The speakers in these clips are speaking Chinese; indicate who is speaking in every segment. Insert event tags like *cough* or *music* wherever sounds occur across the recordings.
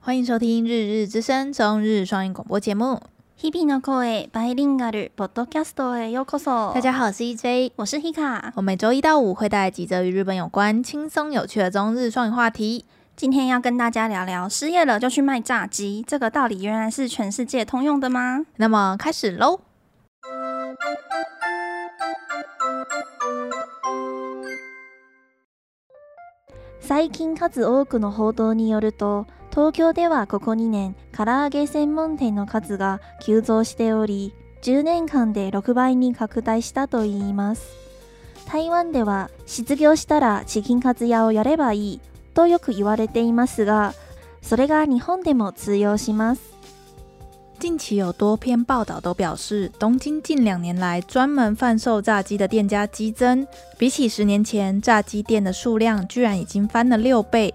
Speaker 1: 欢迎收听《日日之声》中日双语广播节目。
Speaker 2: 日々の声バイリンガルポッドキャストへようこそ。
Speaker 1: 大家，好，我是 EJ。
Speaker 2: 我是 Hika，
Speaker 1: 我每周一到五会带来几则与日本有关、轻松有趣的中日双语话题。
Speaker 2: 今天要跟大家聊聊失业了就去卖炸鸡这个道理，原来是全世界通用的吗？
Speaker 1: 那么开始喽！
Speaker 2: 最近数多くの報道によると東京ではここ2年唐揚げ専門店の数が急増しており10年間で6倍に拡大したといいます台湾では失業したらチキンカツ屋をやればいいとよく言われていますがそれが日本でも通用します
Speaker 1: 近期有多篇报道都表示，东京近两年来专门贩售炸鸡的店家激增，比起十年前，炸鸡店的数量居然已经翻了六倍。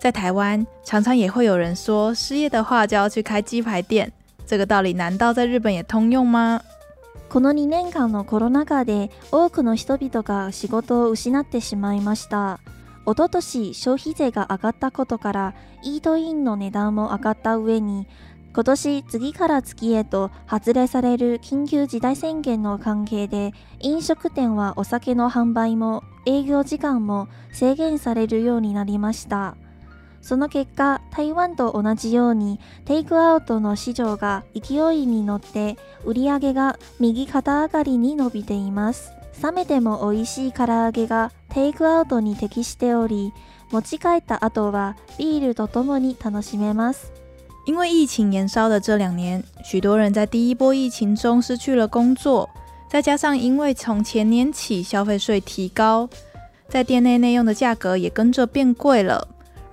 Speaker 1: 在台湾，常常也会有人说，失业的话就要去开鸡排店，这个道理难道在日本也通用吗？
Speaker 2: この2年間のコロナ禍で多くの人々が仕事を失ってしまいました一昨年消費税が上がったことからイートインの値段も上がった上に今年次から月へと発令される緊急事態宣言の関係で飲食店はお酒の販売も営業時間も制限されるようになりましたその結果台湾と同じようにテイクアウトの市場が勢いに乗って売り上げが右肩上がりに伸びています冷めても美味しい唐揚げがテイクアウトに適しており持ち帰った後はビールとともに楽しめます
Speaker 1: 因为疫情延烧的这两年，许多人在第一波疫情中失去了工作，再加上因为从前年起消费税提高，在店内内用的价格也跟着变贵了。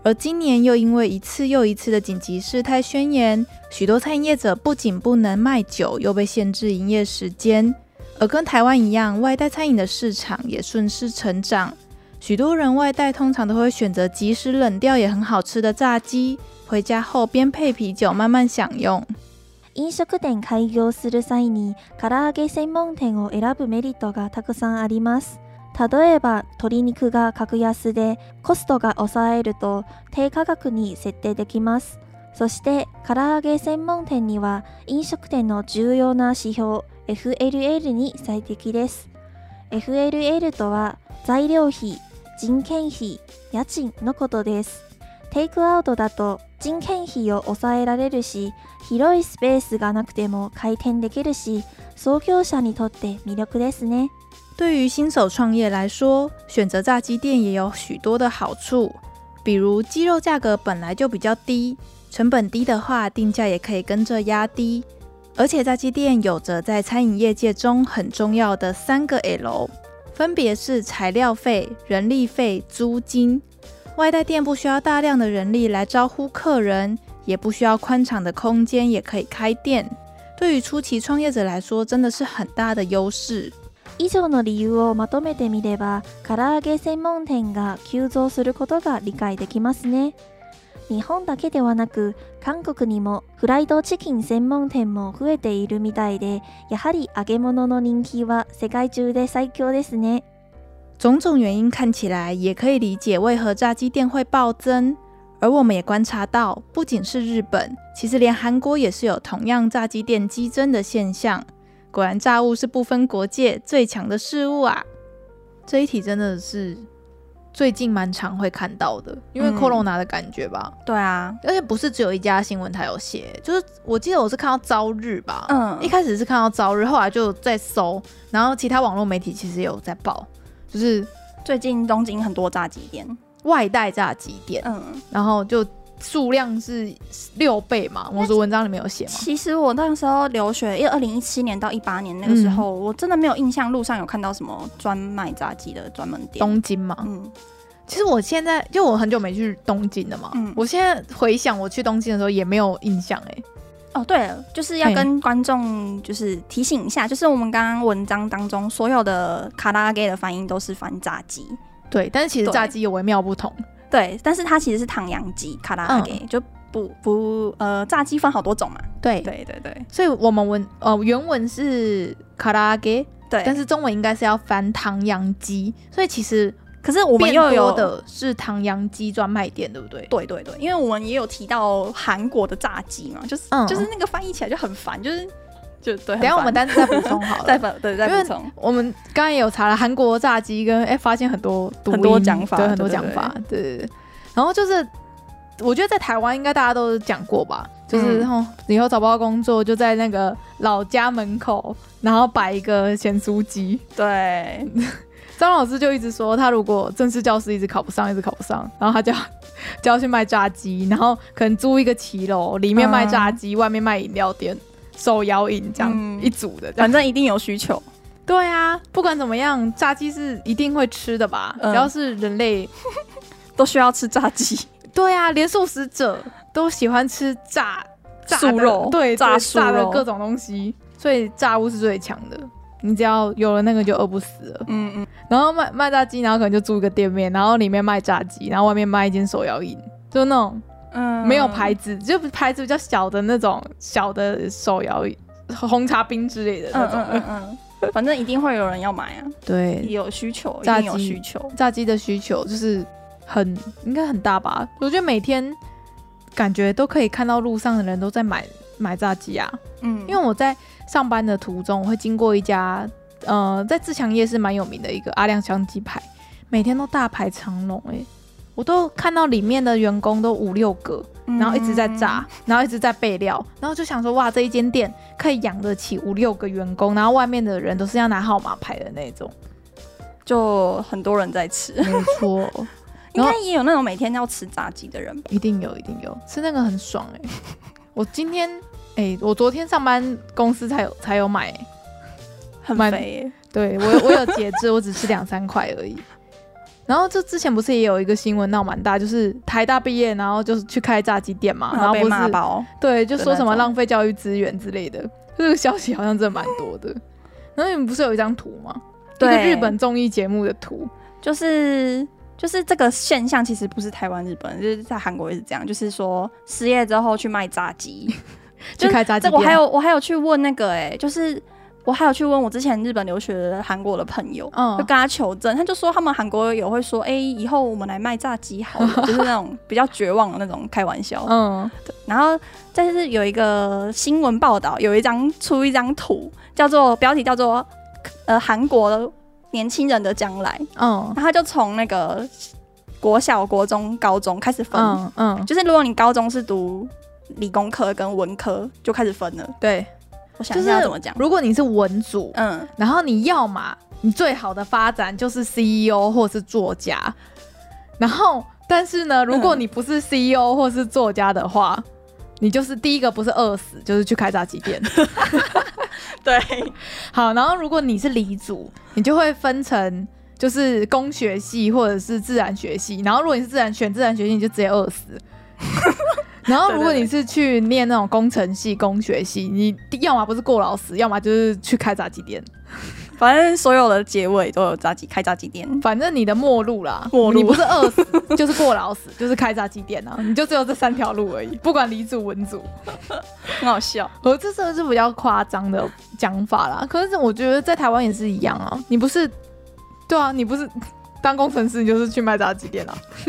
Speaker 1: 而今年又因为一次又一次的紧急事态宣言，许多餐饮业者不仅不能卖酒，又被限制营业时间。而跟台湾一样，外带餐饮的市场也顺势成长。许多人外带通常都会选择即使冷掉也很好吃的炸鸡，回家后边配啤酒慢慢享用。
Speaker 2: 飲食店開業する際に唐揚げ専門店を選ぶメリットがたくさんあります例えば鶏肉が格安でコストが抑えると低価格に設定できますそして唐揚げ専門店には飲食店の重要な指標 FLL に最適です FLL とは材料費人件費家賃のことですテイクアウトだと人件費を抑えられるし広いスペースがなくても開店できるし創業者にとって魅力ですね
Speaker 1: 对于新手创业来说，选择炸鸡店也有许多的好处，比如鸡肉价格本来就比较低，成本低的话，定价也可以跟着压低。而且炸鸡店有着在餐饮业界中很重要的三个 L，分别是材料费、人力费、租金。外带店不需要大量的人力来招呼客人，也不需要宽敞的空间，也可以开店。对于初期创业者来说，真的是很大的优势。
Speaker 2: 以上の理由をまとめてみれば唐揚げ専門店が急増することが理解できますね日本だけではなく韓国にもフライドチキン専門店も増えているみたいでやはり揚げ物の人気は世界中で最強ですね
Speaker 1: 种种原因看起来也可以理解为何炸鸡店会暴增，而我们也观察到，不仅是日本，其实连韩国也是有同样炸鸡店激增的现象。果然，炸物是不分国界最强的事物啊！这一题真的是最近蛮常会看到的，因为
Speaker 2: 嗯
Speaker 1: corona 的感觉吧，
Speaker 2: 对啊
Speaker 1: 而且不是只有一家新闻台有写，就是我记得我是看到朝日吧，
Speaker 2: 嗯
Speaker 1: 一开始是看到朝日，后来就在搜，然后其他网络媒体其实也有在报，就是
Speaker 2: 最近东京很多炸鸡店
Speaker 1: 外带炸鸡店，
Speaker 2: 嗯
Speaker 1: 然后就数量是六倍嘛，我说文章里面有写嘛，
Speaker 2: 其实我那时候留学，因为二零一七年到一八年那
Speaker 1: 个时候
Speaker 2: 我真的没有印象路上有看到什么专卖炸鸡的专门
Speaker 1: 东京嘛，
Speaker 2: 嗯
Speaker 1: 其实我现在就我很久没去东京了嘛，
Speaker 2: 嗯
Speaker 1: 我现在回想我去东京的时候也没有印象哎、
Speaker 2: 哦，对了，就是要
Speaker 1: 嘿
Speaker 2: 跟观众就是提醒一下，就是我们刚刚文章当中所有的卡拉 gay 的翻译都是翻炸鸡，
Speaker 1: 对，但是其实
Speaker 2: 对
Speaker 1: 炸鸡有微妙不同，
Speaker 2: 对，但是它其实是唐扬鸡卡拉 gay，、就
Speaker 1: 嗯
Speaker 2: 不不呃炸鸡分好多种嘛，
Speaker 1: 对
Speaker 2: 对对对
Speaker 1: 所以我们文呃原文是卡拉给，
Speaker 2: 对，
Speaker 1: 但是中文应该是要翻唐扬鸡，所以其实
Speaker 3: 可是我们
Speaker 1: 变
Speaker 3: 又
Speaker 1: 多
Speaker 3: 有
Speaker 1: 的是唐扬鸡专卖店，对不对？
Speaker 3: 对对对，因为我们也有提到韩国的炸鸡嘛，就是、
Speaker 2: 嗯
Speaker 3: 就是那个翻译起来就很烦，就是就对。
Speaker 1: 等一下我们
Speaker 3: 再
Speaker 1: 单词再补充好了。
Speaker 3: *laughs* 再补对再
Speaker 1: 因为
Speaker 3: 补充。
Speaker 1: 我们刚才有查了韩国炸鸡跟，哎发现很多读音
Speaker 3: 很多讲法
Speaker 1: 对很多
Speaker 3: 对对
Speaker 1: 讲法，对对对。然后就是，我觉得在台湾应该大家都讲过吧，
Speaker 3: 嗯
Speaker 1: 就是、哦以后找不到工作，就在那个老家门口，然后摆一个咸酥鸡。
Speaker 3: 对，
Speaker 1: 张老师就一直说，他如果正式教师一直考不上，一直考不上，然后他就要 *laughs* 就要去卖炸鸡，然后可能租一个骑楼，里面卖炸鸡，外面卖饮料店，手摇饮这样、
Speaker 3: 嗯
Speaker 1: 一组的这样
Speaker 3: 反。正一定有需求。
Speaker 1: 对啊，不管怎么样，炸鸡是一定会吃的吧？
Speaker 3: 嗯
Speaker 1: 只要是人类，
Speaker 3: 都需要吃炸鸡，
Speaker 1: 对啊，连素食者都喜欢吃炸 *laughs* 炸的
Speaker 3: 素肉
Speaker 1: 对
Speaker 3: 炸
Speaker 1: 对
Speaker 3: 素
Speaker 1: 炸的
Speaker 3: 肉
Speaker 1: 各种东西，所以炸物是最强的。你只要有了那个就饿不死了。
Speaker 3: 嗯嗯，
Speaker 1: 然后卖卖炸鸡，然后可能就租一个店面，然后里面卖炸鸡，然后外面卖一间手摇饮，就那种
Speaker 3: 嗯
Speaker 1: 没有牌子，就牌子比较小的那种小的手摇饮红茶冰之类的那
Speaker 3: 嗯
Speaker 1: 种
Speaker 3: 嗯
Speaker 1: 的。
Speaker 3: 嗯嗯嗯，反正一定会有人要买啊，
Speaker 1: 对，
Speaker 3: 有需求，一
Speaker 1: 炸鸡
Speaker 3: 定有需求。
Speaker 1: 炸鸡的需求就是很应该很大吧？我觉得每天感觉都可以看到路上的人都在买买炸鸡啊，
Speaker 3: 嗯，
Speaker 1: 因为我在上班的途中我会经过一家呃在自强夜市蛮有名的一个阿亮香鸡排，每天都大排长龙哎、我都看到里面的员工都五六个，
Speaker 3: 嗯
Speaker 1: 然后一直在炸，然后一直在备料，然后就想说哇，这一间店可以养得起五六个员工，然后外面的人都是要拿号码牌的那种，
Speaker 3: 嗯，就很多人在吃，
Speaker 1: 没错。
Speaker 3: 应
Speaker 1: 然后
Speaker 3: 该也有那种每天要吃炸鸡的人吧？
Speaker 1: 一定有，一定有，吃那个很爽哎、 *laughs* 我今天哎、我昨天上班公司才有才有买、欸，
Speaker 3: 很
Speaker 1: 蛮
Speaker 3: 肥耶，
Speaker 1: 对我有我有节制，我只吃两三块而已。然后这之前不是也有一个新闻闹蛮大，就是台大毕业，然后就是去开炸鸡店嘛，然后
Speaker 3: 被
Speaker 1: 不
Speaker 3: 骂
Speaker 1: 是
Speaker 3: 爆。
Speaker 1: 对，就说什
Speaker 3: 的那
Speaker 1: 么
Speaker 3: 种
Speaker 1: 浪费教育资源之类的，这个消息好像真的蛮多的。然后你们不是有一张图吗？一个
Speaker 3: 对
Speaker 1: 日本综艺节目的图，
Speaker 3: 就是就是这个现象，其实不是台湾、日本，就是在韩国也是这样，就是说失业之后去卖炸鸡。
Speaker 1: 去开炸鸡
Speaker 3: 这我
Speaker 1: 店。
Speaker 3: 还有我还有去问那个哎、就是我还有去问我之前日本留学的韩国的朋友。
Speaker 1: 嗯
Speaker 3: 就跟他求证，他就说他们韩国有会说，哎、以后我们来卖炸鸡好了，就是那种比较绝望的那种开玩笑。
Speaker 1: 嗯，
Speaker 3: 然后再是有一个新闻报道，有一张出一张图，叫做标题叫做呃韩国年轻人的将来，
Speaker 1: 嗯
Speaker 3: 然后他就从那个国小、国中、高中开始分，
Speaker 1: 嗯嗯，
Speaker 3: 就是如果你高中是读理工科跟文科，就开始分了。
Speaker 1: 对。
Speaker 3: 我想
Speaker 1: 就
Speaker 3: 一
Speaker 1: 是
Speaker 3: 下要怎么讲，
Speaker 1: 如果你是文组，
Speaker 3: 嗯，
Speaker 1: 然后你要嘛，你最好的发展就是 CEO 或是作家。然后，但是呢，如果你不是 CEO 或是作家的话，你就是第一个不是饿死，就是去开炸鸡店。
Speaker 3: 对，
Speaker 1: 好，然后如果你是理组，你就会分成就是工学系或者是自然学系。然后，如果你是自然选自然学系，你就直接饿死。然后，如果你是去念那种工程系、工学系，你要么不是过劳死，要么就是去开炸鸡店。
Speaker 3: 反正所有的结尾都有炸鸡，开炸鸡店。
Speaker 1: 反正你的末路啦，
Speaker 3: 末路
Speaker 1: 你不是饿死 *laughs* 就是过劳死，就是开炸鸡店啊，你就只有这三条路而已，不管李主文主，
Speaker 3: *laughs* 很好笑。
Speaker 1: 我这真的是比较夸张的讲法啦。可是我觉得在台湾也是一样啊，你不是，对啊，你不是当工程师，你就是去卖炸鸡店啊， *laughs*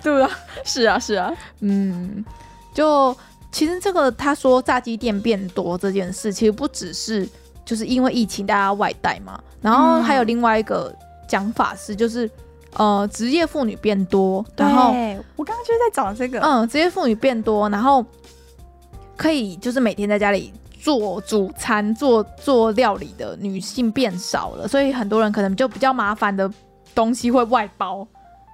Speaker 1: 对不对？
Speaker 3: *laughs* 是啊，是啊，
Speaker 1: 嗯，就其实这个他说炸鸡店变多这件事，其实不只是就是因为疫情大家外带嘛，然后
Speaker 3: 嗯
Speaker 1: 还有另外一个讲法是，就是呃职业妇女变多，然后
Speaker 3: 对我刚刚就是在找这个，
Speaker 1: 嗯职业妇女变多，然后可以就是每天在家里。做主餐、做做料理的女性变少了，所以很多人可能就比较麻烦的东西会外包，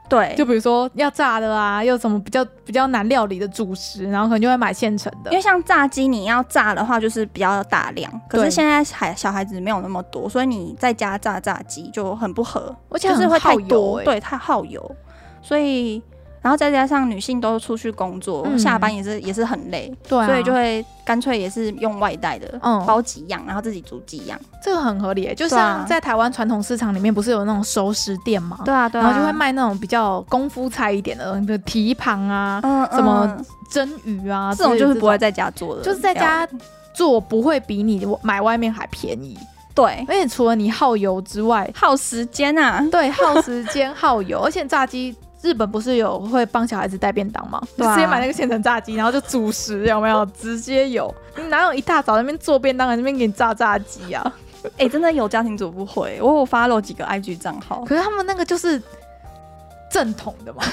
Speaker 3: 对，
Speaker 1: 就比如说要炸的啊，又什么比较比较难料理的主食，然后可能就会买现成的
Speaker 3: 因。为像炸鸡，你要炸的话就是比较大量，可
Speaker 1: 对
Speaker 3: 是现在孩小孩子没有那么多，所以你在家炸炸鸡就很不合，
Speaker 1: 而且
Speaker 3: 就是
Speaker 1: 很
Speaker 3: 会太
Speaker 1: 耗油
Speaker 3: 多，
Speaker 1: 欸
Speaker 3: 对，太耗油，所以然后再加上女性都出去工作，
Speaker 1: 嗯
Speaker 3: 下班也是也是很累，
Speaker 1: 对啊，
Speaker 3: 所以就会干脆也是用外带的，
Speaker 1: 嗯
Speaker 3: 包几样，然后自己煮几样，
Speaker 1: 这个很合理欸、就
Speaker 3: 对啊
Speaker 1: 像在台湾传统市场里面不是有那种熟食店嘛，
Speaker 3: 对啊，对
Speaker 1: 然后就会，卖那种比较功夫菜一点的东西，比如蹄膀啊、
Speaker 3: 嗯
Speaker 1: 什么蒸鱼啊，
Speaker 3: 这种就是不会
Speaker 1: 在
Speaker 3: 在家做的，
Speaker 1: 就是在家做不会比你外买外面还便宜，
Speaker 3: 对，
Speaker 1: 而且除了你耗油之外，
Speaker 3: 耗时间啊，
Speaker 1: *laughs* 对，耗时间、耗油，而且炸鸡。日本不是有会帮小孩子带便当吗？就
Speaker 3: 对啊
Speaker 1: 直接买那个现成炸鸡，然后就主食有没有？直接有，你哪有一大早在那边做便当，在那边给你炸炸鸡啊？
Speaker 3: 哎、真的有家庭主妇会，我有 follow 几个 IG 账
Speaker 1: *laughs*
Speaker 3: 号，
Speaker 1: 可是他们那个就是正统的嘛， *laughs* 啊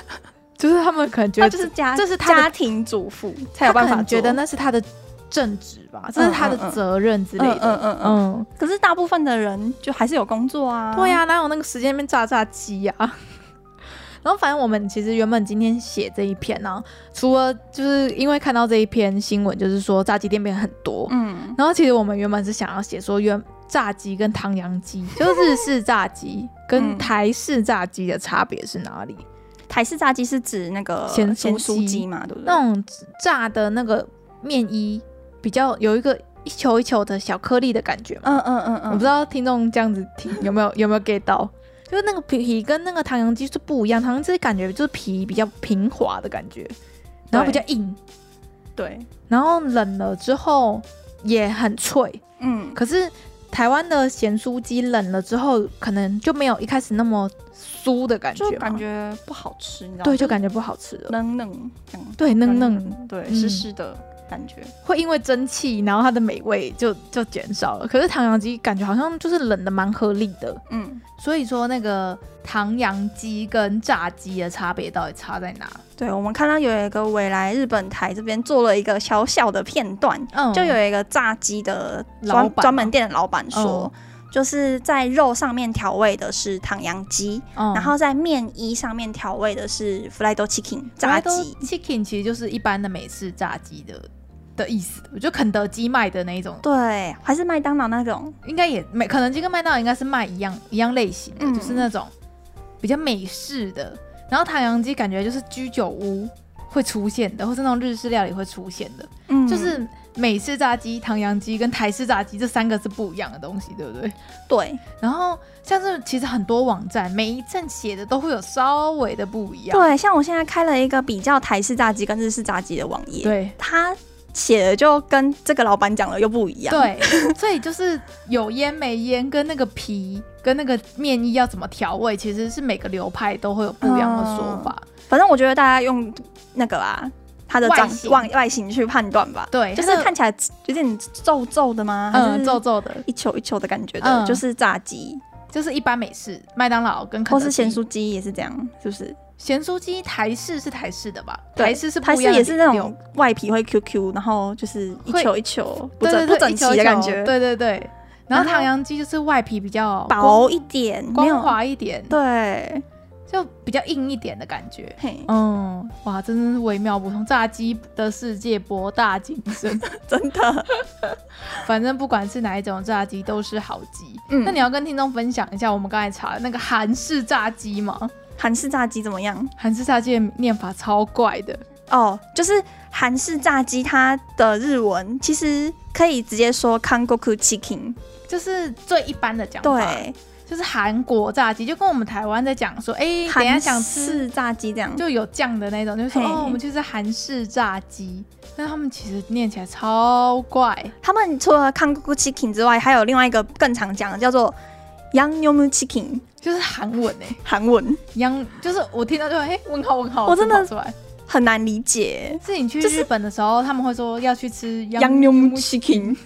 Speaker 1: 就是他们可能觉
Speaker 3: 他
Speaker 1: 得
Speaker 3: 就是家，
Speaker 1: 这是他的
Speaker 3: 家庭主妇
Speaker 1: 他
Speaker 3: 才有
Speaker 1: 可
Speaker 3: 办法
Speaker 1: 能觉得
Speaker 3: 做
Speaker 1: 那是他的正职吧，这是他
Speaker 3: 嗯嗯
Speaker 1: 的
Speaker 3: 嗯
Speaker 1: 责任之类
Speaker 3: 嗯嗯
Speaker 1: 的。
Speaker 3: 嗯嗯。
Speaker 1: 嗯，
Speaker 3: 可是大部分的人就还是有工作啊。
Speaker 1: 对、呀、哪有那个时间在那边炸炸鸡呀、 *laughs* 然后反正我们其实原本今天写这一篇呢、除了就是因为看到这一篇新闻，就是说炸鸡店变很多，
Speaker 3: 嗯，
Speaker 1: 然后其实我们原本是想要写说原炸鸡跟唐扬鸡， *laughs* 就是日式炸鸡跟
Speaker 3: 嗯
Speaker 1: 台式炸鸡的差别是哪里？
Speaker 3: 台式炸鸡是指那个
Speaker 1: 咸酥
Speaker 3: 咸呃酥
Speaker 1: 鸡
Speaker 3: 鸡嘛，对不对
Speaker 1: 那？种炸的那个面衣比较有一个一球一球的小颗粒的感觉嘛，
Speaker 3: 嗯嗯嗯嗯，
Speaker 1: 我不知道听众这样子听 *laughs* 有没有有没有 get 到，就是那个皮跟那个唐扬鸡是不一样，唐扬鸡感觉就是皮比较平滑的感觉，然后比较硬，
Speaker 3: 对，
Speaker 1: 然后冷了之后也很脆。
Speaker 3: 嗯，
Speaker 1: 可是台湾的咸酥鸡冷了之后，可能就没有一开始那么酥的感觉
Speaker 3: 就
Speaker 1: 嘛，
Speaker 3: 感觉不好吃，你知道吗？
Speaker 1: 对，就感觉不好吃了，
Speaker 3: 冷冷这样，
Speaker 1: 对，嫩嫩
Speaker 3: 冷，对，
Speaker 1: 嗯
Speaker 3: 湿湿的感觉。
Speaker 1: 会因为蒸汽，然后它的美味就就减少了。可是唐扬鸡感觉好像就是冷的蛮合理的，
Speaker 3: 嗯，
Speaker 1: 所以说，那个唐扬鸡跟炸鸡的差别到底差在哪？
Speaker 3: 对，我们看到有一个未来日本台这边做了一个小小的片段，
Speaker 1: 嗯
Speaker 3: 就有一个炸鸡的
Speaker 1: 老
Speaker 3: 专
Speaker 1: 板
Speaker 3: 专
Speaker 1: 吗
Speaker 3: 门店的老板啊嗯说，就是在肉上面调味的是唐扬鸡，
Speaker 1: 嗯
Speaker 3: 然后在面衣上面调味的是 fried chicken 炸鸡。
Speaker 1: chicken 其实就是一般的美式炸鸡的的意思，就肯德基卖的那一种，
Speaker 3: 对，还是麦当劳那种，
Speaker 1: 应该也美肯德基跟麦当劳应该是卖一样一样类型的，
Speaker 3: 嗯
Speaker 1: 就是那种比较美式的。然后唐扬鸡感觉就是居酒屋会出现的，或是那种日式料理会出现的，
Speaker 3: 嗯
Speaker 1: 就是美式炸鸡、唐扬鸡跟台式炸鸡这三个是不一样的东西，对不对？
Speaker 3: 对，
Speaker 1: 然后像是其实很多网站，每一站写的都会有稍微的不一样。
Speaker 3: 对，像我现在开了一个比较台式炸鸡跟日式炸鸡的网页，
Speaker 1: 对
Speaker 3: 他写的就跟这个老板讲的又不一样。，
Speaker 1: 对，所以就是有烟没烟，跟那个皮跟那个面衣要怎么调味，其实是每个流派都会有不一样的说法。
Speaker 3: 反正我觉得大家用那个啊，它的
Speaker 1: 外
Speaker 3: 长
Speaker 1: 形
Speaker 3: 外外形去判断吧。
Speaker 1: 对，
Speaker 3: 就是
Speaker 1: 它的
Speaker 3: 看起来有点皱皱的吗？还
Speaker 1: 嗯
Speaker 3: 是
Speaker 1: 皱皱的，
Speaker 3: 一球一球的感觉的，
Speaker 1: 嗯
Speaker 3: 就是炸鸡
Speaker 1: 就是一般美式麦当劳跟肯
Speaker 3: 或
Speaker 1: 德
Speaker 3: 是
Speaker 1: 基
Speaker 3: 咸酥鸡也是这样，是不是？
Speaker 1: 咸酥鸡台式是台式的吧？
Speaker 3: 对
Speaker 1: 台式是
Speaker 3: 它
Speaker 1: 不
Speaker 3: 是
Speaker 1: 一样的
Speaker 3: 也是那
Speaker 1: 流
Speaker 3: 种外皮会 QQ，然后就是一
Speaker 1: 会
Speaker 3: 球一球不
Speaker 1: 对
Speaker 3: 整
Speaker 1: 对对
Speaker 3: 不整
Speaker 1: 一球
Speaker 3: 齐
Speaker 1: 一
Speaker 3: 的感
Speaker 1: 球
Speaker 3: 觉，
Speaker 1: 对对对。然
Speaker 3: 然
Speaker 1: 后
Speaker 3: 后
Speaker 1: 唐扬鸡就是外皮比较光
Speaker 3: 薄一点，没有
Speaker 1: 光滑一点，
Speaker 3: 对，
Speaker 1: 就比较硬一点的感觉。
Speaker 3: 嘿，
Speaker 1: 嗯，哇，真的是微妙不同，炸鸡的世界博大精
Speaker 3: *laughs*
Speaker 1: 深。
Speaker 3: 真的，
Speaker 1: 反正不管是哪一种炸鸡，都是好鸡。
Speaker 3: 嗯
Speaker 1: 那你要跟听众分享一下，我们刚才查的那个韩式炸鸡吗？
Speaker 3: 韩式炸鸡怎么样？
Speaker 1: 韩式炸鸡的念法超怪的，
Speaker 3: 哦，就是韩式炸鸡，它的日文其实可以直接说 Kangoku Chicken，
Speaker 1: 就是最一般的讲法，
Speaker 3: 对，
Speaker 1: 就是韩国炸鸡，就跟我们台湾在讲说，哎、等一下
Speaker 3: 韩
Speaker 1: 想吃
Speaker 3: 式炸鸡这样，
Speaker 1: 就有酱的那种，就是说
Speaker 3: 嘿
Speaker 1: 哦，我们就是韩式炸鸡，但他们其实念起来超怪。
Speaker 3: 他们除了 Kangoku Chicken 之外，还有另外一个更常讲的叫做 Yang Yum Chicken，
Speaker 1: 就是韩文哎、
Speaker 3: 韩文
Speaker 1: 央就是我听到就哎、问号问号，
Speaker 3: 我真的
Speaker 1: 跑出来。
Speaker 3: 很难理解
Speaker 1: 是你去
Speaker 3: 就是
Speaker 1: 日本的时候，他们会说要去吃央
Speaker 3: Yang Yum Chicken，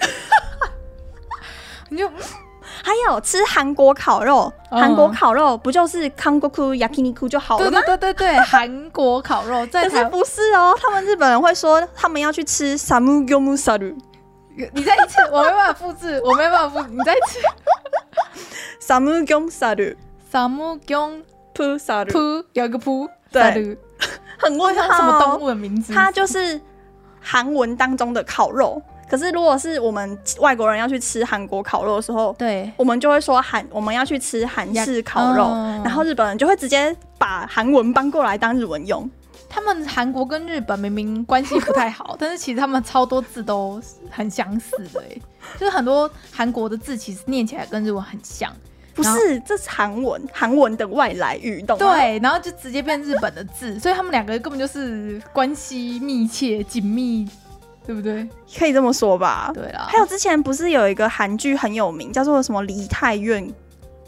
Speaker 1: 你就
Speaker 3: *laughs* 还有吃韩国烤肉，
Speaker 1: 嗯
Speaker 3: 韩国烤肉不就是 Kangoku Yakiniku 就好了
Speaker 1: 对
Speaker 3: 吗
Speaker 1: 对？对对对，韩国烤肉在
Speaker 3: 可
Speaker 1: 台
Speaker 3: 是
Speaker 1: 湾，
Speaker 3: 不是哦，他们日本人会说他们要去吃 samu yomu saru
Speaker 1: *laughs* 你再一次，我没办法复制，我没办法复，你再一 *laughs* 次。
Speaker 3: samu yomu saru
Speaker 1: 萨姆宫
Speaker 3: pu saru，
Speaker 1: 扑有一个扑，
Speaker 3: 对
Speaker 1: 萨鲁，
Speaker 3: 很
Speaker 1: 我
Speaker 3: 问
Speaker 1: 想
Speaker 3: 号
Speaker 1: 什么动物的名字？
Speaker 3: 它就是韩文当中的烤肉。可是如果是我们外国人要去吃韩国烤肉的时候，
Speaker 1: 对
Speaker 3: 我们就会说韩我们要去吃韩式烤肉，
Speaker 1: 嗯
Speaker 3: 然后日本人就会直接把韩文搬过来当日文用。
Speaker 1: 他们韩国跟日本明明关系不太 *laughs* 好，但是其实他们超多字都很相似的、欸，就是很多韩国的字其实念起来跟日文很像，
Speaker 3: 不
Speaker 1: 然后
Speaker 3: 是，这是韩文，韩文的外来语，懂吗？，
Speaker 1: 对，然后就直接变日本的字，所以他们两个根本就是关系密切、紧密对不对？
Speaker 3: 可以这么说吧。
Speaker 1: 对啊啦，
Speaker 3: 还有之前不是有一个韩剧很有名，叫做什么《梨泰院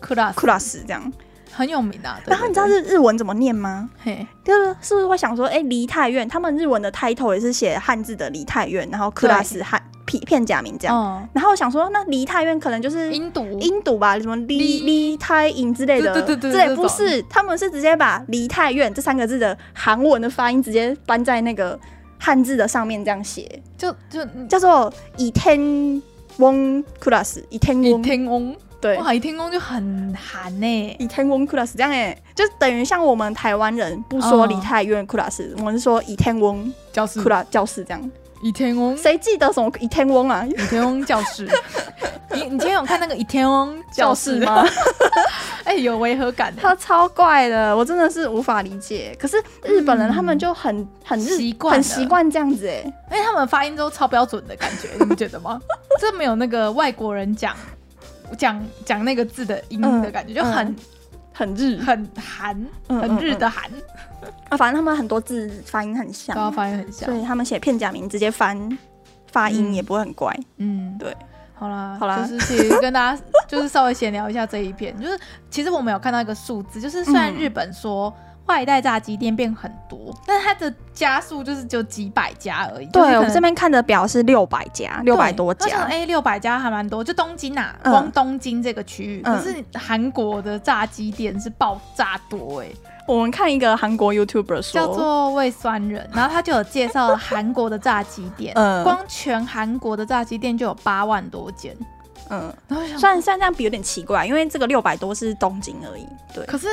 Speaker 1: class
Speaker 3: class》这样，
Speaker 1: 很有名啊。对
Speaker 3: 然后你知道
Speaker 1: 对
Speaker 3: 日日文怎么念吗？
Speaker 1: 对嘿，
Speaker 3: 就是是不是会想说，哎、梨泰院，他们日文的 title 也是写汉字的梨泰院，然后
Speaker 1: 对
Speaker 3: class 汉片片假名这样。
Speaker 1: 哦，
Speaker 3: 然后我想说，那梨泰院可能就是
Speaker 1: 音读
Speaker 3: 音读吧，什么梨
Speaker 1: 梨
Speaker 3: 梨泰影之类的，
Speaker 1: 对对对对
Speaker 3: 这也
Speaker 1: 这
Speaker 3: 不
Speaker 1: 种
Speaker 3: 是，他们是直接把梨泰院这三个字的韩文的发音直接搬在那个汉字的上面这样写，
Speaker 1: 就就嗯
Speaker 3: 叫做以天翁 class，以天
Speaker 1: 一
Speaker 3: 翁，
Speaker 1: 天翁，
Speaker 3: 对，
Speaker 1: 哇，一天翁就很韩欸呢。
Speaker 3: 以天翁 class 这样哎、就等于像我们台湾人不说
Speaker 1: 哦
Speaker 3: 梨泰院 class，、我们是说以天翁
Speaker 1: 教室
Speaker 3: class 教室这样。
Speaker 1: 一天 *laughs* 翁，
Speaker 3: 谁记得什么以天翁
Speaker 1: *laughs*
Speaker 3: 啊？
Speaker 1: 一天翁教 *laughs* 室。你你今天有看那个一天翁教室？
Speaker 3: 吗？
Speaker 1: 哎、有违和感的，
Speaker 3: *laughs* 他超怪的，我真的是无法理解。可是日本人
Speaker 1: 嗯
Speaker 3: 他们就很很日
Speaker 1: 习惯了
Speaker 3: 很习惯这样子哎、
Speaker 1: 因为他们发音都超标准的感 *laughs* 觉，你不觉得吗？这没有那个外国人讲讲讲那个字的音的感觉，就很、
Speaker 3: 很日
Speaker 1: 很韩，
Speaker 3: 嗯
Speaker 1: 很日的韩，
Speaker 3: 啊，反正他们很多字发音很像
Speaker 1: 对，啊，嗯发音很像
Speaker 3: 所。以他们写片假名直接翻发音
Speaker 1: 嗯
Speaker 3: 也不会很怪。
Speaker 1: 嗯，
Speaker 3: 对。
Speaker 1: 好啦，
Speaker 3: 好啦
Speaker 1: 就是其实跟大家 *laughs* 就是稍微闲聊一下这一篇，就是其实我们有看到一个数字，就是虽然
Speaker 3: 嗯
Speaker 1: 日本说外带炸鸡店变很多，但是它的家数就是只有几百家而已。就是
Speaker 3: 对
Speaker 1: 可
Speaker 3: 我
Speaker 1: 能
Speaker 3: 们这边看的表是六百家，六百
Speaker 1: 对
Speaker 3: 多
Speaker 1: 我想
Speaker 3: 家。
Speaker 1: 哎，六百家还蛮多，就东京啊，
Speaker 3: 嗯
Speaker 1: 光东京这个区域，
Speaker 3: 嗯
Speaker 1: 可是韩国的炸鸡店是爆炸多哎、
Speaker 3: 我们看一个韩国 YouTuber 说，
Speaker 1: 叫做胃酸人，然后他就有介绍韩国的炸鸡店，
Speaker 3: 嗯
Speaker 1: 光全韩国的炸鸡店就有八万多间，
Speaker 3: 嗯，
Speaker 1: 然后我想
Speaker 3: 虽然虽然这样比有点奇怪，因为这个六百多是东京而已。对，
Speaker 1: 可是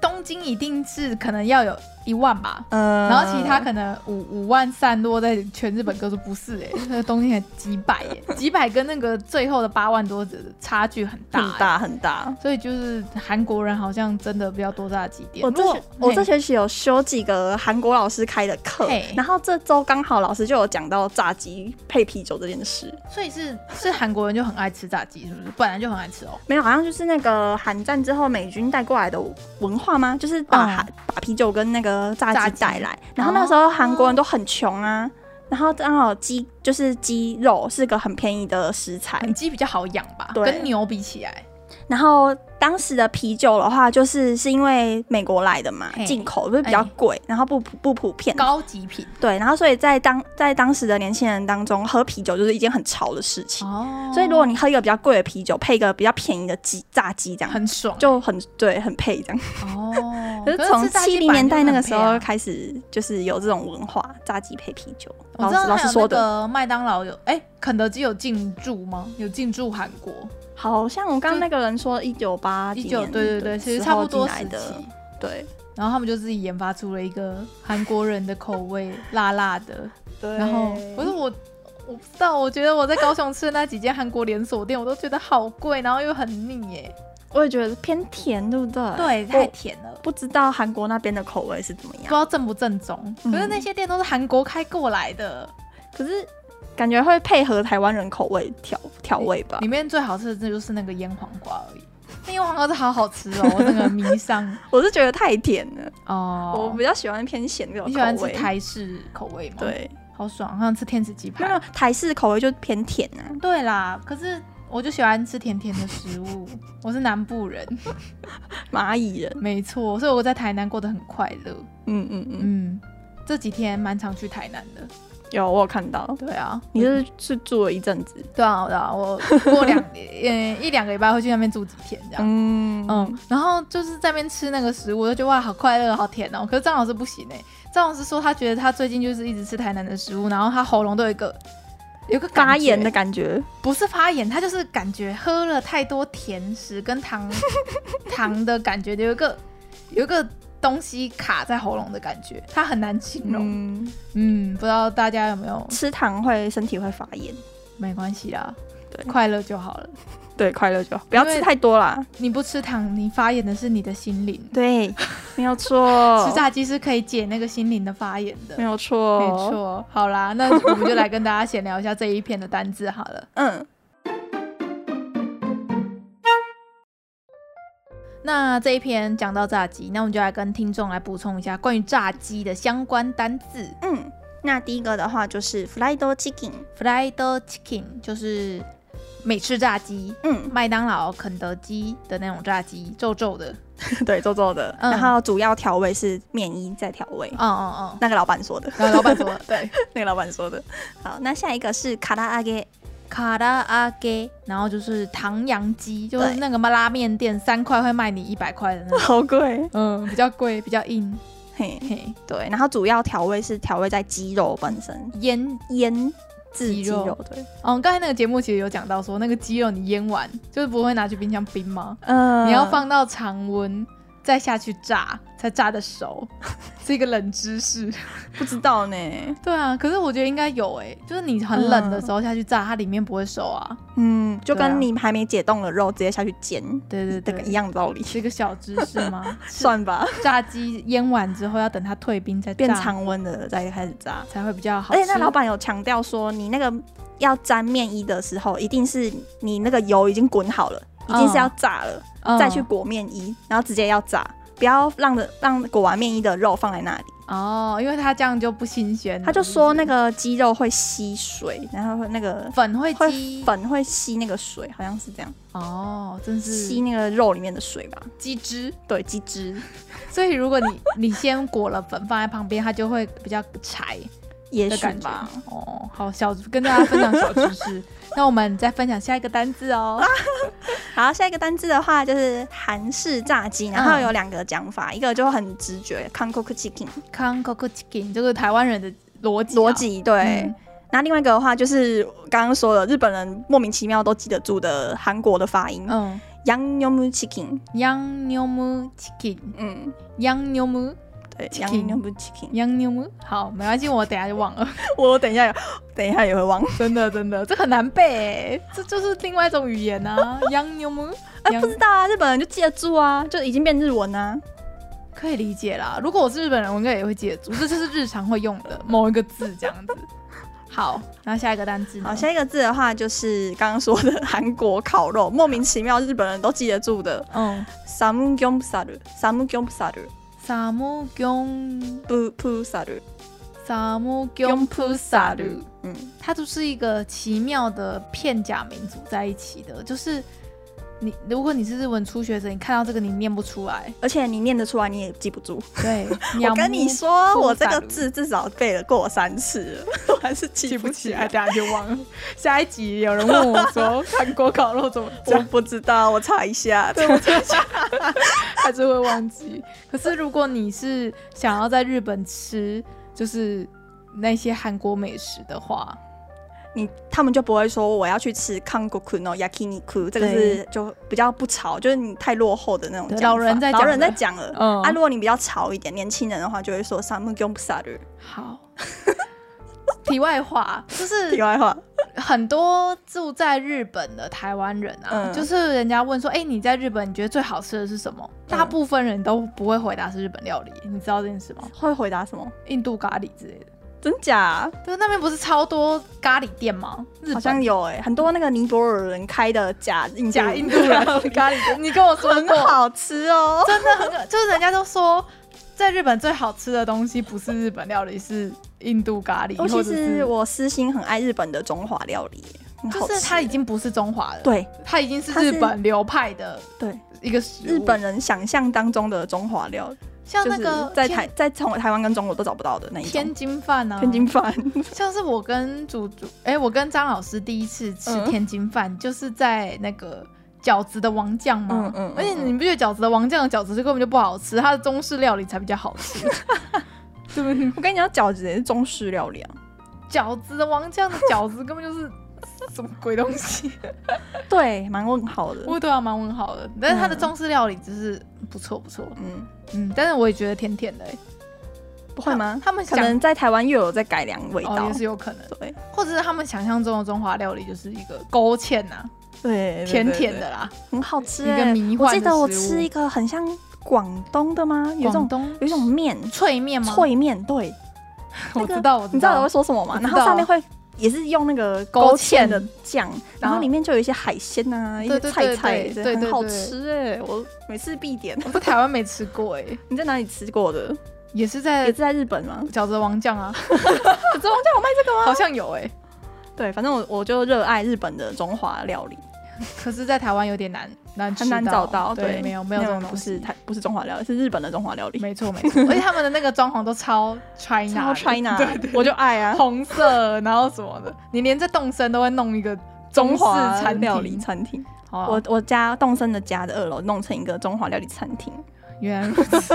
Speaker 1: 东京一定是可能要有一万吧。
Speaker 3: 嗯
Speaker 1: 然后其他可能五五万散落在全日本各处，不是哎、欸，那 *laughs* 个东京才几百
Speaker 3: *laughs*
Speaker 1: 哎、几百跟那个最后的八万多的差距很大、哎欸
Speaker 3: 很。大很大。
Speaker 1: 所以就是韩国人好像真的比较多炸鸡店。
Speaker 3: 我这学我这
Speaker 1: 些
Speaker 3: 学期有修几个韩国老师开的课
Speaker 1: 嘿，
Speaker 3: 然后这周刚好老师就有讲到炸鸡配啤酒这件事。
Speaker 1: 所以是是韩国人就很爱吃炸鸡，是不是？本来就很爱吃哦。
Speaker 3: 没有，好像就是那个韩战之后美军带过来的文化吗？就是
Speaker 1: 嗯
Speaker 3: 把
Speaker 1: 哦
Speaker 3: 韩、把啤酒跟那个炸
Speaker 1: 炸
Speaker 3: 鸡
Speaker 1: 鸡
Speaker 3: 带来，然后那时候韩国人都很穷啊，然后刚好鸡就是鸡肉是个很便宜的食材，
Speaker 1: 你鸡比较好养吧，
Speaker 3: 对嗯
Speaker 1: 跟牛比起来，
Speaker 3: 然后当时的啤酒的话，就是是因为美国来的嘛，
Speaker 1: 嘿
Speaker 3: 进口就是比较
Speaker 1: 哎
Speaker 3: 贵，然后不普不普遍，
Speaker 1: 高级品
Speaker 3: 对，然后所以在当在当时的年轻人当中，喝啤酒就是一件很潮的事情。
Speaker 1: 哦
Speaker 3: 所以如果你喝一个比较贵的啤酒，配一个比较便宜的鸡炸鸡，这样
Speaker 1: 很爽
Speaker 3: 就很对，很配这样。
Speaker 1: 哦。
Speaker 3: *laughs* 可是从
Speaker 1: 吃炸鸡
Speaker 3: 七零
Speaker 1: 本来
Speaker 3: 年
Speaker 1: 就
Speaker 3: 代那个
Speaker 1: 很
Speaker 3: 时
Speaker 1: 配
Speaker 3: 候
Speaker 1: 啊
Speaker 3: 开始，就是有这种文化，炸鸡配啤酒。
Speaker 1: 我
Speaker 3: 老
Speaker 1: 知
Speaker 3: 师
Speaker 1: 道
Speaker 3: 老
Speaker 1: 还
Speaker 3: 师
Speaker 1: 有
Speaker 3: 说
Speaker 1: 那
Speaker 3: 的，
Speaker 1: 个麦当劳有哎，肯德基有进驻吗？有进驻韩国，
Speaker 3: 好像我刚刚那个人说一九八
Speaker 1: 一九对对对，其实差不多时
Speaker 3: 的
Speaker 1: 期。
Speaker 3: 对
Speaker 1: 然后他们就自己研发出了一个韩国人的口味，辣辣的，
Speaker 3: *laughs* 对
Speaker 1: 然后不是我，我不知道，我觉得我在高雄吃的那几间韩国连锁店，我都觉得好贵，然后又很腻耶。
Speaker 3: 我也觉得偏甜，对不对？
Speaker 1: 对，
Speaker 3: 太
Speaker 1: 太甜了，
Speaker 3: 不知道韩国那边的口味是怎么
Speaker 1: 不
Speaker 3: 样
Speaker 1: 知。道正不正宗。
Speaker 3: 嗯
Speaker 1: 可是那些店都是韩国开过来的，
Speaker 3: 可是感觉会配合台湾人口味调调味吧
Speaker 1: 里。面最好吃的就是那个腌黄瓜而已。那腌黄瓜是好好吃
Speaker 3: *laughs*
Speaker 1: 哦，我整个迷上
Speaker 3: 我是觉得太甜了，我
Speaker 1: 哦
Speaker 3: 比。较喜欢偏咸这种
Speaker 1: 你喜
Speaker 3: 口
Speaker 1: 欢吃
Speaker 3: 味。
Speaker 1: 台式口味吗？，
Speaker 3: 对，
Speaker 1: 好爽，好想吃天使鸡
Speaker 3: 没有没
Speaker 1: 排
Speaker 3: 有。台式口味就偏甜啊。
Speaker 1: 对啦，可是我就喜欢吃甜甜的食物， *laughs* 我是南部人。
Speaker 3: 蚂蚁人，
Speaker 1: 没错，所以我在台南过得很快乐。
Speaker 3: 嗯嗯嗯，
Speaker 1: 嗯，这几天蛮常去台南的。
Speaker 3: 有我有看到，
Speaker 1: 对啊，
Speaker 3: 你是是住了一阵子，
Speaker 1: 对啊，对啊，我过两 *laughs* 嗯一两个礼拜会去那边住几天这样。
Speaker 3: 嗯
Speaker 1: 嗯，然后就是在那边吃那个食物，我就觉得哇，好快乐，好甜哦。可是张老师不行哎、张老师说他觉得他最近就是一直吃台南的食物，然后他喉咙都有一个有一个感觉
Speaker 3: 发炎的，感觉，
Speaker 1: 不是发炎，他就是感觉喝了太多甜食跟
Speaker 3: *laughs*
Speaker 1: 糖糖的感觉，有一个有一个东西卡在喉咙的感觉，他很难形容。
Speaker 3: 嗯，
Speaker 1: 嗯，不知道大家有没有？
Speaker 3: 吃糖会身体会发炎，
Speaker 1: 没关系啦，
Speaker 3: 对
Speaker 1: 快乐就好了。
Speaker 3: 对，快乐就好，不要
Speaker 1: 因为
Speaker 3: 吃太多啦，
Speaker 1: 你不吃糖，你发炎的是你的心灵。
Speaker 3: 对，没有
Speaker 1: *laughs*
Speaker 3: 错
Speaker 1: 吃，炸鸡是可以解那个心灵的发炎的。没
Speaker 3: 没有错，，
Speaker 1: 错，好啦，那我们就来跟大家闲聊一下这一篇的单字好了。
Speaker 3: 嗯，
Speaker 1: 那这一篇讲到炸鸡，那我们就来跟听众来补充一下关于炸鸡的相关单字。
Speaker 3: 嗯，那第一个的话就是 fried chicken，
Speaker 1: Fried Chicken 就是美式炸鸡，
Speaker 3: 嗯，
Speaker 1: 麦当劳、肯德基的那种炸鸡，皱皱的。
Speaker 3: *laughs* 对，皱皱的。
Speaker 1: 嗯
Speaker 3: 然后主要调味是面衣在调味，
Speaker 1: 嗯嗯嗯。
Speaker 3: 那个老板说的，
Speaker 1: 然后老板说，对，
Speaker 3: 那个老板说的。好，那下一个是卡拉阿给，
Speaker 1: 卡拉阿给，然后就是唐扬鸡，就是
Speaker 3: 对
Speaker 1: 那个嘛拉面店三块会卖你一百块的那种，
Speaker 3: 好贵。
Speaker 1: 嗯，比较贵，比较硬，
Speaker 3: 嘿，
Speaker 1: 嘿，
Speaker 3: 对。然后主要调味是调味在鸡肉本身，
Speaker 1: 腌
Speaker 3: 腌制
Speaker 1: 鸡
Speaker 3: 鸡
Speaker 1: 肉
Speaker 3: 肉，对，
Speaker 1: 哦，刚才那个节目其实有讲到说，那个鸡肉你腌完就是不会拿去冰箱冰吗？
Speaker 3: 呃
Speaker 1: 你要放到常温再下去炸，才炸得熟， *laughs* 是一个冷知识。
Speaker 3: 不知道呢，
Speaker 1: 对啊，可是我觉得应该有诶、就是你很冷的时候下去炸，它里面不会熟啊。
Speaker 3: 嗯，就
Speaker 1: 对啊
Speaker 3: 跟你还没解冻的肉直接下去煎，
Speaker 1: 对对
Speaker 3: 这个一
Speaker 1: 对，
Speaker 3: 样的道理，
Speaker 1: 是一个小知识
Speaker 3: *laughs*
Speaker 1: 吗？
Speaker 3: 算吧，
Speaker 1: 炸鸡腌完之后要等它退冰再炸
Speaker 3: 变常温的再开始炸。
Speaker 1: 才会比较好
Speaker 3: 而
Speaker 1: 吃。
Speaker 3: 且那老板有强调说，你那个要沾面衣的时候，一定是你那个油已经滚好了，已经是要炸了，
Speaker 1: 嗯
Speaker 3: 再去裹面衣，然后直接要炸，不要让的让裹完面衣的肉放在那里。
Speaker 1: 哦，因为它这样就不新鲜了。
Speaker 3: 他就说那
Speaker 1: 个
Speaker 3: 个鸡肉会吸水，然后那个
Speaker 1: 粉会
Speaker 3: 会
Speaker 1: 积
Speaker 3: 粉会吸那个水，好像是这样，
Speaker 1: 哦，真
Speaker 3: 吸
Speaker 1: 是
Speaker 3: 那个肉里面的水吧。
Speaker 1: 鸡汁。
Speaker 3: 对，鸡汁
Speaker 1: 所以如果你你先裹了粉放在旁边，它就会比较柴
Speaker 3: 也
Speaker 1: 的
Speaker 3: 许
Speaker 1: 感觉
Speaker 3: 吧。。
Speaker 1: 哦，好，小跟大家分享小知 *laughs* 识。那我们再分享下一个单字哦。
Speaker 3: 好，下一个单字的话就是韩式炸鸡，然
Speaker 1: 嗯
Speaker 3: 后有两个讲法，一个就很直觉，Kang Kok Chicken，
Speaker 1: Kang k o k Chicken 这个台湾人的逻辑啊、
Speaker 3: 逻辑对。
Speaker 1: 嗯
Speaker 3: 那另外一个的话，就是刚刚说的，日本人莫名其妙都记得住的韩国的发音，
Speaker 1: 嗯
Speaker 3: 洋 m u chicken，
Speaker 1: ，Yang Nium Chicken。
Speaker 3: 嗯，
Speaker 1: Yang Nium
Speaker 3: 对，洋
Speaker 1: Chicken
Speaker 3: 牛 m u chicken。 *laughs*
Speaker 1: Yang Nium，好，没关系，我等一下就忘了。
Speaker 3: 我等一下，等一下也会忘，
Speaker 1: *laughs* 真的真的，这很难背欸，这就是另外一种语言 *laughs* 啊。Yang Nium，
Speaker 3: 哎，不知道啊，日本人就记得住啊，就已经变日文啊。
Speaker 1: 可以理解啦。如果我是日本人，我应该也会记得住，这就是日常会用的某一个字这样子。好，然后下一个单字呢，
Speaker 3: 好，下一个字的话就是刚刚说的韩国烤肉，莫名其妙日本人都记得住的
Speaker 1: 嗯
Speaker 3: s a m g y o m s a r s a m g y o m s a r
Speaker 1: s a m u g y o n
Speaker 3: 부 푸 s a r
Speaker 1: s a m u g y o n p u s a r
Speaker 3: 嗯，
Speaker 1: 它就是一个奇妙的片假名组在一起的，就是你如果你是日文初学者，你看到这个你念不出来，
Speaker 3: 而且你念得出来，你也记不住。
Speaker 1: 对，
Speaker 3: 我跟你
Speaker 1: *laughs*
Speaker 3: 说，
Speaker 1: 木
Speaker 3: 我这个
Speaker 1: 萨鲁
Speaker 3: 字至少背了过三次了， *laughs* 我还是记
Speaker 1: 记
Speaker 3: 不
Speaker 1: 不
Speaker 3: 起
Speaker 1: 起
Speaker 3: 来
Speaker 1: 来，。大家就忘了。下一集有人问我 *laughs* 说韩国烤肉怎么
Speaker 3: 我
Speaker 1: 讲，
Speaker 3: 不知道，我查一下。
Speaker 1: 对我真的想还是会忘记。可是如果你是想要在日本吃，就是那些韩国美食的话，
Speaker 3: 你他们就不会说我要去吃康国库诺亚基尼库，这个
Speaker 1: 对
Speaker 3: 是就比较不潮，就是你太落后的那种
Speaker 1: 对
Speaker 3: 讲法。
Speaker 1: 老人在讲
Speaker 3: 老人
Speaker 1: 的
Speaker 3: 在讲了。
Speaker 1: 嗯
Speaker 3: 啊，如果你比较潮一点，年轻人的话就会说萨姆贡布萨日。
Speaker 1: 好。题外话，就是
Speaker 3: 题外话，
Speaker 1: 很多住在日本的台湾人啊，
Speaker 3: 嗯
Speaker 1: 就是人家问说，哎、你在日本你觉得最好吃的是什么？大
Speaker 3: 嗯
Speaker 1: 部分人都不会回答是日本料理，你知道这件事吗？
Speaker 3: 会回答什么？
Speaker 1: 印度咖喱之类的，
Speaker 3: 真假？
Speaker 1: 就是那边不是超多咖喱店吗？日本
Speaker 3: 好像有哎、很多那个尼泊尔人开的假印度
Speaker 1: 假印度人咖喱店，你跟我说
Speaker 3: *laughs* 很
Speaker 1: 过，
Speaker 3: 好吃哦。
Speaker 1: 真的很可， *laughs* 就是人家都说。在日本最好吃的东西不是日本料理，是印度咖喱，
Speaker 3: 我
Speaker 1: 或
Speaker 3: 哦其
Speaker 1: 者
Speaker 3: 实
Speaker 1: 是
Speaker 3: 我私心很爱日本的中华料理，很好
Speaker 1: 就
Speaker 3: 吃
Speaker 1: 是它已经不是中华了，，
Speaker 3: 对
Speaker 1: 它已经是
Speaker 3: 它是
Speaker 1: 日本流派的
Speaker 3: 对，
Speaker 1: 一个食物。
Speaker 3: 日本人想象当中的中华料理，
Speaker 1: 像
Speaker 3: 就
Speaker 1: 那
Speaker 3: 是
Speaker 1: 个
Speaker 3: 在
Speaker 1: 天
Speaker 3: 台在从台湾跟中国都找不到的那一
Speaker 1: 天
Speaker 3: 种
Speaker 1: 津饭啊，
Speaker 3: 天津饭。 *laughs*
Speaker 1: 像是我跟祖祖，哎、我跟张老师第一次吃
Speaker 3: 嗯
Speaker 1: 天津饭，就是在那个饺子的王酱吗？
Speaker 3: 嗯嗯嗯
Speaker 1: 而且你不觉得饺子的王酱的饺子就根本就不好吃，它的中式料理才比较好吃。
Speaker 3: *laughs*
Speaker 1: 对不对？
Speaker 3: 我跟你讲，饺子也是中式料理啊。
Speaker 1: *laughs* 饺子的王酱的饺子根本就是什么鬼东西，
Speaker 3: 对，蛮问号的。
Speaker 1: 我对啊，蛮问号的。但是它的
Speaker 3: 嗯
Speaker 1: 中式料理就是不错不错，
Speaker 3: 嗯，
Speaker 1: 嗯，但是我也觉得甜甜的、欸，
Speaker 3: 不会吗？
Speaker 1: 他们
Speaker 3: 可
Speaker 1: 想
Speaker 3: 能在台湾又有在改良味
Speaker 1: 哦
Speaker 3: 道
Speaker 1: 也。是有可能，
Speaker 3: 对
Speaker 1: 或者是他们想象中的中华料理就是一个勾芡呐、
Speaker 3: 对，
Speaker 1: 甜甜的，啦，
Speaker 3: 很好吃
Speaker 1: 一个
Speaker 3: 欸
Speaker 1: 迷
Speaker 3: 我
Speaker 1: 幻的
Speaker 3: 记得我
Speaker 1: 食物
Speaker 3: 吃一个很像广东的吗？有一
Speaker 1: 广
Speaker 3: 种
Speaker 1: 东
Speaker 3: 有一种面，
Speaker 1: 脆面吗？
Speaker 3: 脆面，对，
Speaker 1: 我
Speaker 3: 那个
Speaker 1: 知道，我
Speaker 3: 你知道我会说什么
Speaker 1: 我
Speaker 3: 吗？
Speaker 1: 知道
Speaker 3: 然后上面会也是用那个
Speaker 1: 勾
Speaker 3: 勾
Speaker 1: 芡
Speaker 3: 芡的酱，然后里面就有一些海鲜啊，一
Speaker 1: 对
Speaker 3: 些
Speaker 1: 对
Speaker 3: 菜菜，
Speaker 1: 对对
Speaker 3: 真
Speaker 1: 对
Speaker 3: 的
Speaker 1: 对
Speaker 3: 很好欸
Speaker 1: 对
Speaker 3: 吃哎！我每次必点。 *laughs*
Speaker 1: 我在台湾没吃过哎、
Speaker 3: 你在哪里吃过的？
Speaker 1: 也是
Speaker 3: 也
Speaker 1: 在
Speaker 3: 是在日本吗？
Speaker 1: 饺子王酱啊，
Speaker 3: 可是我叫我卖这个吗？
Speaker 1: *laughs* 好像有哎、
Speaker 3: 对，反正我我就热爱日本的中华料理，
Speaker 1: 可是，在台湾有点难难吃
Speaker 3: 很难找到。
Speaker 1: 对，
Speaker 3: 对，
Speaker 1: 没有没有这种东
Speaker 3: 不
Speaker 1: 西
Speaker 3: 是台不是中华料理，是日本的中华料理，
Speaker 1: 没错没错， *laughs* 而且他们的那个装潢都超 China，
Speaker 3: 超
Speaker 1: 的
Speaker 3: China，
Speaker 1: 对对，
Speaker 3: 我就爱啊，
Speaker 1: *laughs* 红色，然后什么的，你连在动森都会弄一个
Speaker 3: 中
Speaker 1: 式
Speaker 3: 华
Speaker 1: 餐
Speaker 3: 料理
Speaker 1: 厅
Speaker 3: 餐厅。
Speaker 1: 哦
Speaker 3: 我我家动森的家的二楼弄成一个中华料理餐厅，
Speaker 1: 原来如此。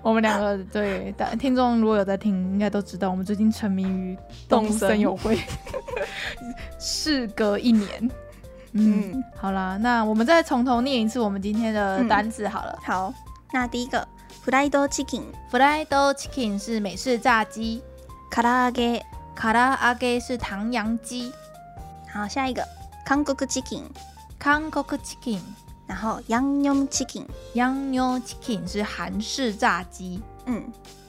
Speaker 1: 我们两个对但听众如果有在听，应该都知道，我们最近沉迷于动
Speaker 3: 动
Speaker 1: 物
Speaker 3: 森
Speaker 1: 森友会，事隔一 *laughs* 年。嗯，
Speaker 3: 嗯，
Speaker 1: 好啦，那我们再从头念一次我们今天的
Speaker 3: 嗯
Speaker 1: 单字好了。
Speaker 3: 好，那第一个フライドチキン、
Speaker 1: Fried chicken 是美式炸鸡，
Speaker 3: 唐揚げ。
Speaker 1: 卡拉阿给是唐扬鸡，
Speaker 3: 好，下一个韓国チキン，
Speaker 1: 韓国 chicken、
Speaker 3: 然后ヤンニョムチキン，
Speaker 1: 洋妞 chicken 是韩式炸鸡，
Speaker 3: 嗯，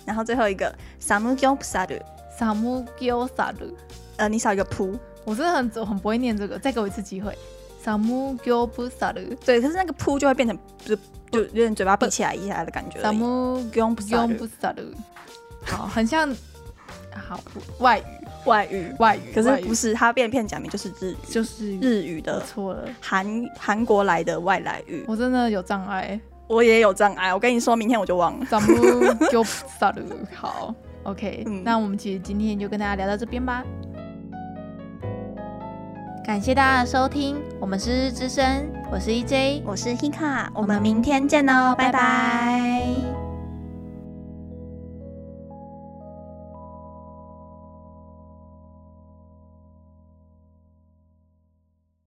Speaker 3: 然后最后一个サムギョプサル，
Speaker 1: 萨姆吉萨鲁。
Speaker 3: 呃，你少一个プ，
Speaker 1: 我真的很我很不会念这个，再给我一次机会。萨姆吉布萨鲁，
Speaker 3: 对，可是那个プ就会变成就就有点嘴巴闭起来一下的感觉而已。
Speaker 1: 萨姆
Speaker 3: ギョプ
Speaker 1: 吉
Speaker 3: サ
Speaker 1: 布
Speaker 3: ル
Speaker 1: 萨鲁，好，很像，好外语
Speaker 3: 外语，
Speaker 1: 外语，
Speaker 3: 可
Speaker 1: 外
Speaker 3: 是
Speaker 1: 语
Speaker 3: 不是，它变片假名就是日语，
Speaker 1: 就是
Speaker 3: 日语
Speaker 1: 我
Speaker 3: 的
Speaker 1: 错了，
Speaker 3: 韩韩国来的外来语。
Speaker 1: 我真的有障碍。
Speaker 3: 我也有障碍，我跟你说明天我就忘了。
Speaker 1: 萨姆吉布萨
Speaker 3: *laughs*
Speaker 1: 鲁，好，OK，、
Speaker 3: 嗯
Speaker 1: 那我们其实今天就跟大家聊到这边吧。感谢大家的收听，我们是日之声，我是 EJ，
Speaker 3: 我是 Hika，我
Speaker 1: 们
Speaker 3: 们
Speaker 1: 明
Speaker 3: 明天见哦，
Speaker 1: 拜
Speaker 3: 拜
Speaker 1: 拜
Speaker 3: 拜